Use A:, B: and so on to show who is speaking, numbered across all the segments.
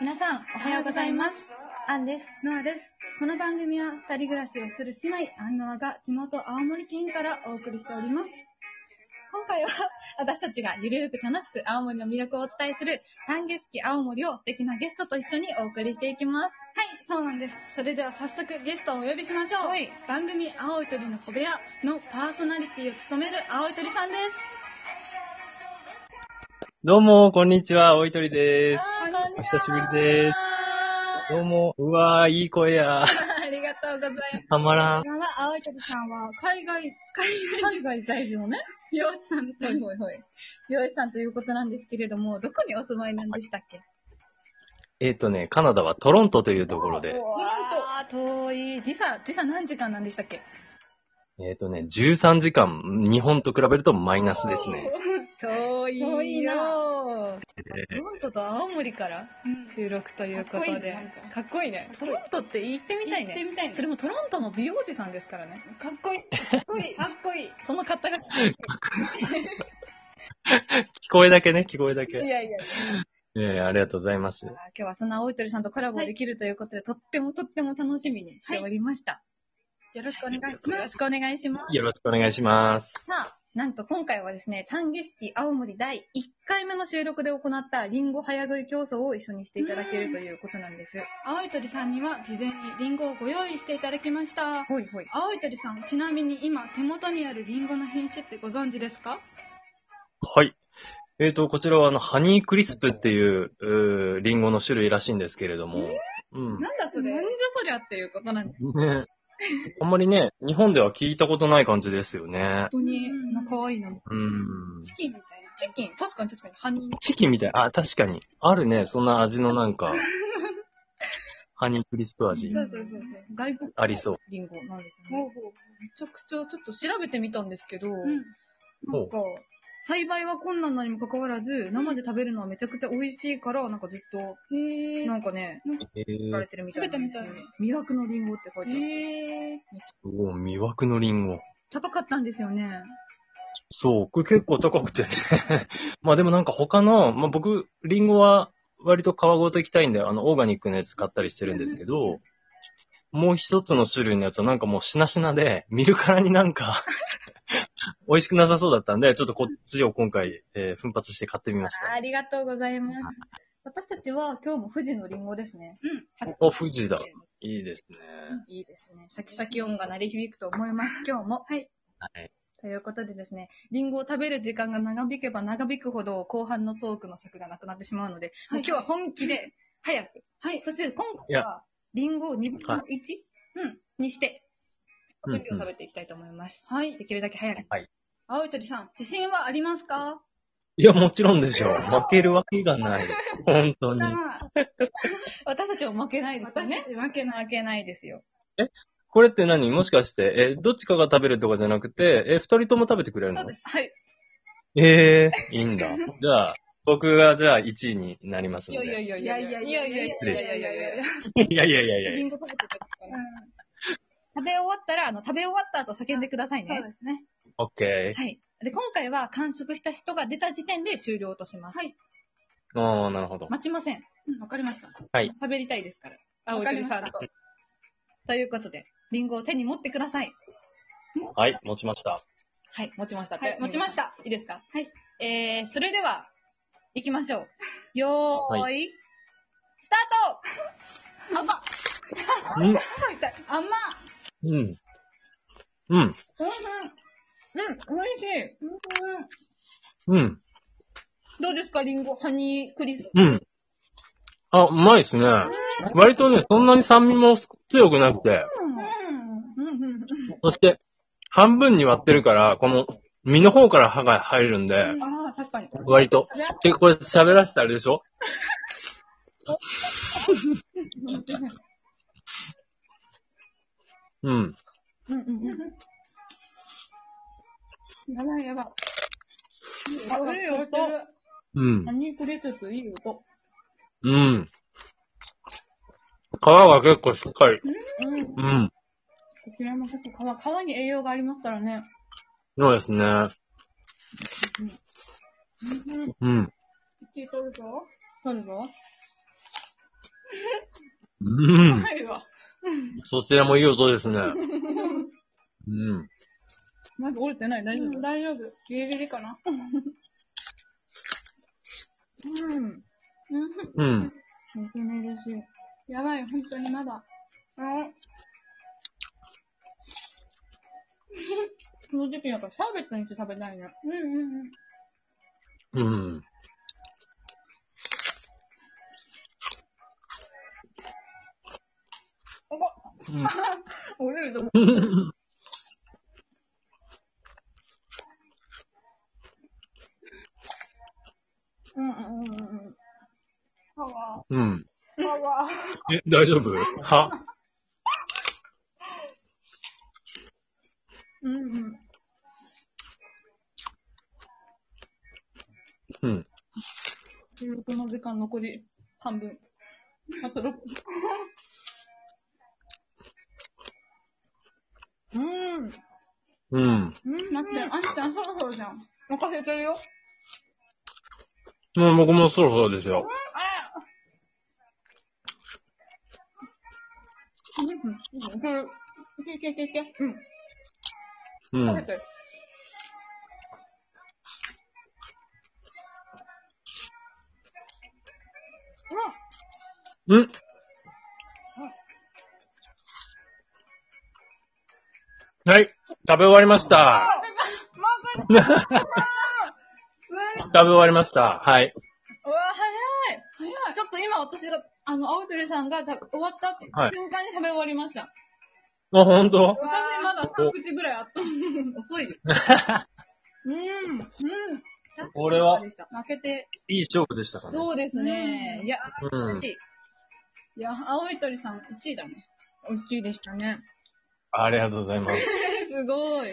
A: 皆さん、おはようございます。
B: アンです。
A: ノアです。この番組は、二人暮らしをする姉妹、アンノアが地元青森県からお送りしております。今回は、私たちがゆるーく楽しく青森の魅力をお伝えする、丹下式青森を素敵なゲストと一緒にお送りしていきます。
B: はい、そうなんです。それでは早速ゲストをお呼びしましょう。
A: はい
B: 番組青い鳥の小部屋のパーソナリティを務める青い鳥さんです。
C: どうも、こんにちは、おいとりでーす。
A: あーこん
C: お
A: にち
C: 久しぶりでーす。
A: は
C: どうも、うわー、いい声や。
A: ありがとうございます。
C: たまらん。
B: 今は青い鳥さんは海外、海外
A: 海外在住のね、
B: 美容師さん
A: ほいほいほい。美容師さんということなんですけれども、どこにお住まいなんでしたっけ
C: えっ、とね、カナダはトロントというところで、
A: なんと遠い。時差、時差何時間なんでしたっけ
C: えっ、とね、13時間、日本と比べるとマイナスですね。
A: 遠いよ。
B: 遠いな
A: トロントと青森から
B: うん
A: 収録ということで。かっ
B: か
A: こいいね。トロントって行ってみたい
B: 行って
A: ね。
B: みたいね
A: それもトロントの美容師さんですからね。
B: かっこいい。かっこいい。かっこいい。
A: その方が。い
C: 聞こえだけね、聞こえだ
A: やい
C: け。
A: やいや。
C: ええありがとうございます。
A: 今日はそんな青い鳥さんとコラボできるということで、とってもとっても楽しみにしておりました。
B: よろしくお願いし
A: よ
B: ま
A: ろ
B: す
A: し。くお願いします。
C: よろしくお願いします。
A: さあ、なんと今回はですね、丹下式青森第1回目の収録で行ったリンゴ早食い競争を一緒にしていただけるということなんです。
B: 青い鳥さんには事前にリンゴをご用意していただきました。
A: ほいほい。
B: 青い鳥さん、ちなみに今手元にあるリンゴの品種ってご存知ですか
C: はい。えっ、と、こちらは、あの、ハニークリスプっていう、うーリンゴの種類らしいんですけれども、うん。
A: なんだそれ
B: なんじゃ
A: そりゃっていうことなんです。
C: ね、あんまりね、日本では聞いたことない感じですよね。
A: 本当に、の可愛いの。
C: うん。
B: チキンみたいな。
A: チキン、確かに確かに、ハニー。
C: チキンみたい。あ、確かに。あるね。そんな味のなん か、ハニークリスプ味
B: そうそうそうそう。
A: 外国
C: ありそう。
A: リンゴなんです
B: ほ
A: ね。
B: うほ
A: めちゃくちゃ、ちょっと調べてみたんですけど、
B: う。うん。
A: なんか、栽培は困難なにもかかわらず、生で食べるのはめちゃくちゃ美味しいから、なんかずっと、
B: へえ。
A: なんかね、
C: え
A: 売ら
C: ー
A: れ、てるみたいなんですよ
B: 食べたみ。
A: 魅惑のリンゴって書いてある。
B: へえ。
C: おー魅惑のリンゴ。
A: 高かったんですよね。
C: そう。これ結構高くてね。 まあでもなんか他の、まあ僕、リンゴは割と皮ごと行きたいんで、あの、オーガニックのやつ買ったりしてるんですけど、もう一つの種類のやつはなんかもうしなしなで、見るからになんか、 美味しくなさそうだったんで、ちょっとこっちを今回、えー奮発して買ってみました。
A: ありがとうございます。私たちは今日も富士のリンゴですね。
C: お、富士だ。いいですね。
A: いいですね。シャキシャキ音が鳴り響くと思います、今日も。はい。
C: はい。
A: ということでですね、リンゴを食べる時間が長引けば長引くほど後半のトークの尺がなくなってしまうので、
B: はい
A: もう今日は本気で、早く。
B: はい。
A: そして今回は、リンゴを2分の 1? うん。にして、
C: うんうん
A: 分量食べていきたいと思います。
B: はい。
A: できるだけ早く。
B: 青い鳥さん、自信はありますか
C: いや、もちろんでしょう。 負けるわけがない。 本当に。
B: さあ、
A: 私たちも負けないですよ
B: 私
A: ね
B: た。ち負けない。
A: 負けないですよ。
C: これって何もしかして、え、どっちかが食べるとかじゃなくて、え、二人とも食べてくれる
B: そ
C: の
B: うです。
A: はい。
C: ええ いいんだ。じゃあ、僕がじゃあ1位になります
A: い
C: の
A: やいや
C: で。
A: いや
B: い
A: い
B: や
A: や
B: いやいやいやいやいやいやいやいや。
C: いやいやいやいや
A: リンゴ食べてたから。食べ終わったら、あの、食べ終わった後叫んでください
B: そう
A: ね。
B: ですね。
C: オッケ
A: はい。で、今回は完食した人が出た時点で終了とします。
B: はい。
C: ー。ああ、なるほど。
A: 待ちません。
B: うんわかりました。
C: はい
A: 喋りたいですから。青
B: わ
A: い
B: かり
A: 鳥
B: ました
A: さんと。ということで、リンゴを手に持ってください。
C: はい、持ちました。
A: はい、持ちましたって。。
B: はい、持ちましたた。
A: いいですか
B: はい。
A: えー、それでは、行きましょう。よーい、
C: は
A: スタートあば
C: うん、
B: 甘っ
C: うん。うん、
B: う
A: う
B: ん
A: ん、美味しい。
B: うんうん
C: うん、
A: どうですか、リンゴ、ハニークリス
C: うん。あ、うまいですね。割とね、そんなに酸味も強くなくて。
A: うんうんうん
C: そして、半分に割ってるから、この、身の方から歯が入るんで、
A: ああ、確かに。
C: 割と。で、これ喋らせてあれでしょうん。
A: うんうんうん。
B: やばいやばい。
A: あ
B: あ、いい音。
C: うん
B: ハ。ニークレスス、いい音。
C: うん。皮が結構しっかり。
B: うん。こ
C: うん。
B: ちらも結構皮、皮に栄養がありますからね。
C: そうですね。
B: うん。
C: うん。
B: 1位取るぞ。取るぞ。
C: うん。
A: 入るわ。
C: そちらもいい音ですね。うん。
B: まだ折れてない、大丈夫。
A: 大丈夫。ギリギリかな。うん。
C: うん。
A: めちゃめちゃしい。やばい、本当にまだ。あ
B: その時期やからシャーベットにして食べたいね。
A: うんうんうん。
C: うん。
B: 折れると思
A: うんうんうんうん。パワ
C: うん。
A: ー。パワー。
C: え、大丈夫は
A: うんうん。
C: うん。
B: う。収録の時間残り半分。あと6分。
A: うん。
C: うん。
A: うん、待って、あんちゃんそろそろじゃん。お腹減ってるよ。
C: もう僕もそろそろですよ。
B: うん。これ、いけいけいけいけ。うん。
C: う
B: 食べ
C: ん。
B: て。
C: うんはい。食べ終わりました。食べ終わりました。はい。
B: うわ、早い早いちょっと今私が、あの、青鳥さんがた終わった瞬
C: はい
B: 間に食べ終わりました。
C: あ、ほんと
A: わ
B: 私まだ3口ぐらいあった。遅いよ。
A: うん。うん。
C: これは
B: でした
A: 負けて。
C: いい勝負でしたかね。
B: そうですね。
A: うん
B: いや、
C: うん。
B: いや、青い鳥さん1位だね。
A: 1位でしたね。
C: ありがとうございます。
B: すごい。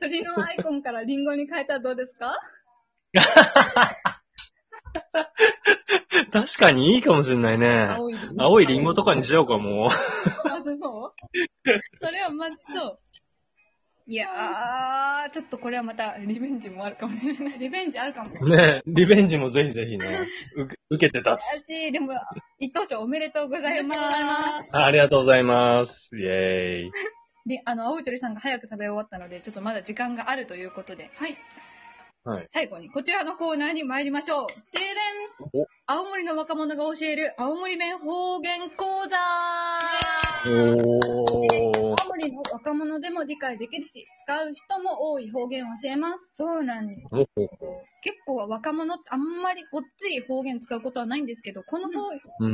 B: 鳥のアイコンからリンゴに変えたらどうですか
C: 確かにいいかもしんないね。
B: 青いリンゴ。
C: 青いリンゴとかにしようか、も
B: あ、そうそれはまずそう。
A: いやー、ちょっとこれはまたリベンジもあるかもしれない。
B: リベンジあるかも。
C: う。ねリベンジもぜひぜひね、う受けてた。
A: 私、でも、一等賞おめでとうご
B: あ
A: ざいます。
B: す。
C: ありがとうございます。イェーイ。
A: で、あの、青い鳥さんが早く食べ終わったので、ちょっとまだ時間があるということで、
B: はい。
C: はい。
A: 最後にこちらのコーナーに参りましょう。でれん
C: お
A: 青森の若者が教える青森弁方言講座
C: おー。
B: 青森の若者でも理解できるし、使う人も多い方言を教えます。
A: そうなんです。
C: お
A: 結構若者ってあんまりごっつい方言使うことはないんですけど、この方言
C: うー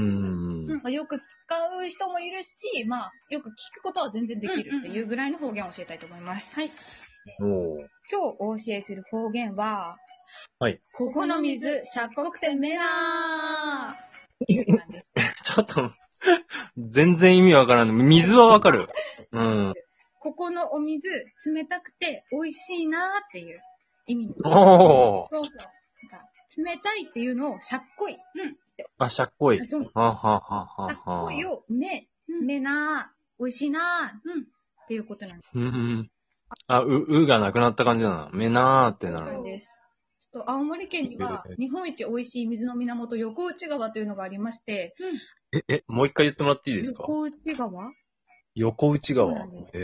C: ん。
A: まあよく使う人もいるし、まあ、よく聞くことは全然できるっていうぐらいの方言を教えたいと思います。はい。
C: おー。
A: 今日お教えする方言は、
C: はい。
A: ここの水、しゃっこくてめなーなんです
C: ちょっと、全然意味わからん。水はわかる。うん。
A: ここのお水、冷たくて美味しいなーっていう意味に。
C: おー。
A: そうそう。なんか冷たいっていうのをしゃっこい。
C: あ、しゃっこい。
A: そう
C: ははは
A: か
C: は
A: っ
C: は
A: こいいを、め、めなー、美味しいなー、うん、っていうことなんで
C: うんうん。あ、う、うがなくなった感じだな。めなーってな
A: す
C: る。
A: ちょっと青森県には
C: へー
A: 日本一美味しい水の源横内川というのがありまして、
C: え、え、もう一回言ってもらっていいですか
A: 横内川
C: 横内
A: そうな
C: 川
A: んです。
C: へ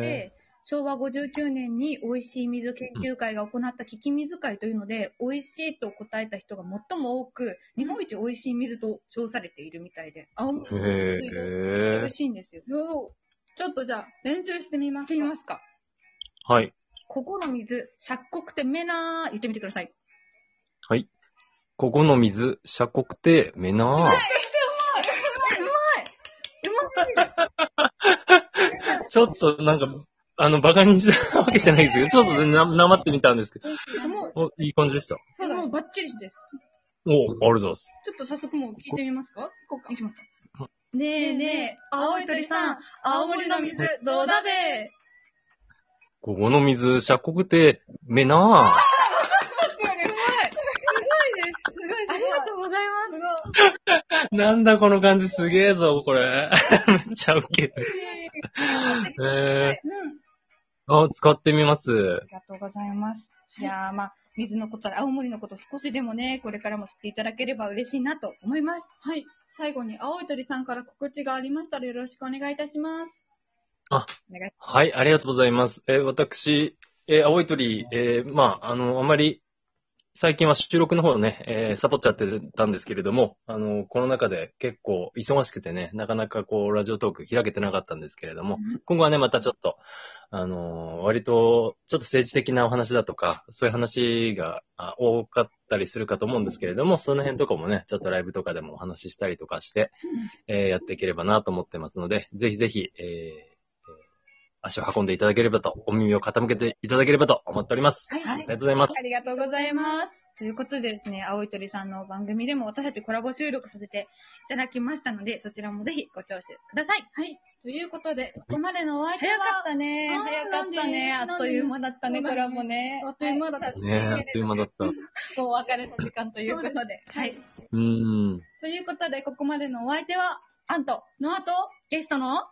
A: で、昭和59年に美味しい水研究会が行った聞き水会というので、美味しいと答えた人が最も多く、日本一美味しい水と称されているみたいで、青森
C: ー。
A: の水道水美
C: へー
A: 味。しいんですよ。
B: ちょっとじゃあ、練習してみます
A: すみますか
C: はい。
A: ここの水、しゃっこくてめなー、言ってみてください。
C: ここの水、しゃこくて、めなー。ちょっとなんか、あの、バカにしたわけじゃないですけど、ちょっとな、なまってみたんですけど、
A: もう、
C: お、いい感じでした。
A: そうだ
B: もうバッチリです。
C: お、ありがとうございます。
B: ちょっと早速もう聞いてみますか行こうか
A: いきますか。ねえねえ、青い鳥さん、
B: 青森の水、どうだべ
C: ここの水、しゃこくて、めな
B: すごい、すごい。
A: ありがとうございます。
C: ー。なんだこの感じすげえぞ、これ。 めっちゃウケる。えー、あ、使ってみま
A: あ。
C: す
A: りがとうございます。いやー、まあ、水のこと、青森のこと少しでもね、これからも知っていただければ嬉しいなと思います。
B: はい。最後に、青い鳥さんから告知がありましたらよろしくお願いいたします。
A: お願いし
C: はい、ありがとうございます。えー私、えー青い鳥、えーまあ、あの、あまり、最近は収録の方をね、えーサボっちゃってたんですけれども、あの、この中で結構忙しくてね、なかなかこう、ラジオトーク開けてなかったんですけれども、今後はね、またちょっと、あのー割と、ちょっと政治的なお話だとか、そういう話があ多かったりするかと思うんですけれども、その辺とかもね、ちょっとライブとかでもお話ししたりとかして、えーやっていければなと思ってますので、ぜひぜひ、えー足を運んでいただければと、お耳を傾けていただければと思っております。
A: ます。
C: ありがとうございます。
B: ありがとうございます。
A: ということでですね、青い鳥さんの番組でも私たちコラボ収録させていただきましたので、そちらもぜひご聴取ください。
B: はい。ということで、ここまでのお相手は
A: 早かったね。
B: あー
A: 早かったね。
B: な
A: あ
B: んで
A: っという間だったね、
B: そ
A: コ
B: うだね
A: ラボね。
B: あっという間だった
A: はい
C: ねえ、あっという間だった。う
A: もうお別れの時間ということ
B: そう
A: で
B: で。す
A: はい。
C: ーん。
B: ということで、ここまでのお相手は、
A: アンと、
B: ノアと、
A: ゲストの、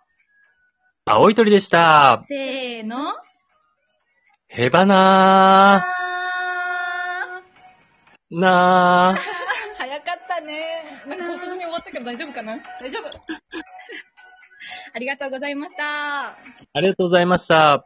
C: 青い鳥でした。
A: せーの、
C: へばな
A: あ
C: ー。なー。
A: ー早かったね。なんか唐突に終わったけど大丈夫かな 大丈夫。ありがとうございました。
C: ありがとうございました。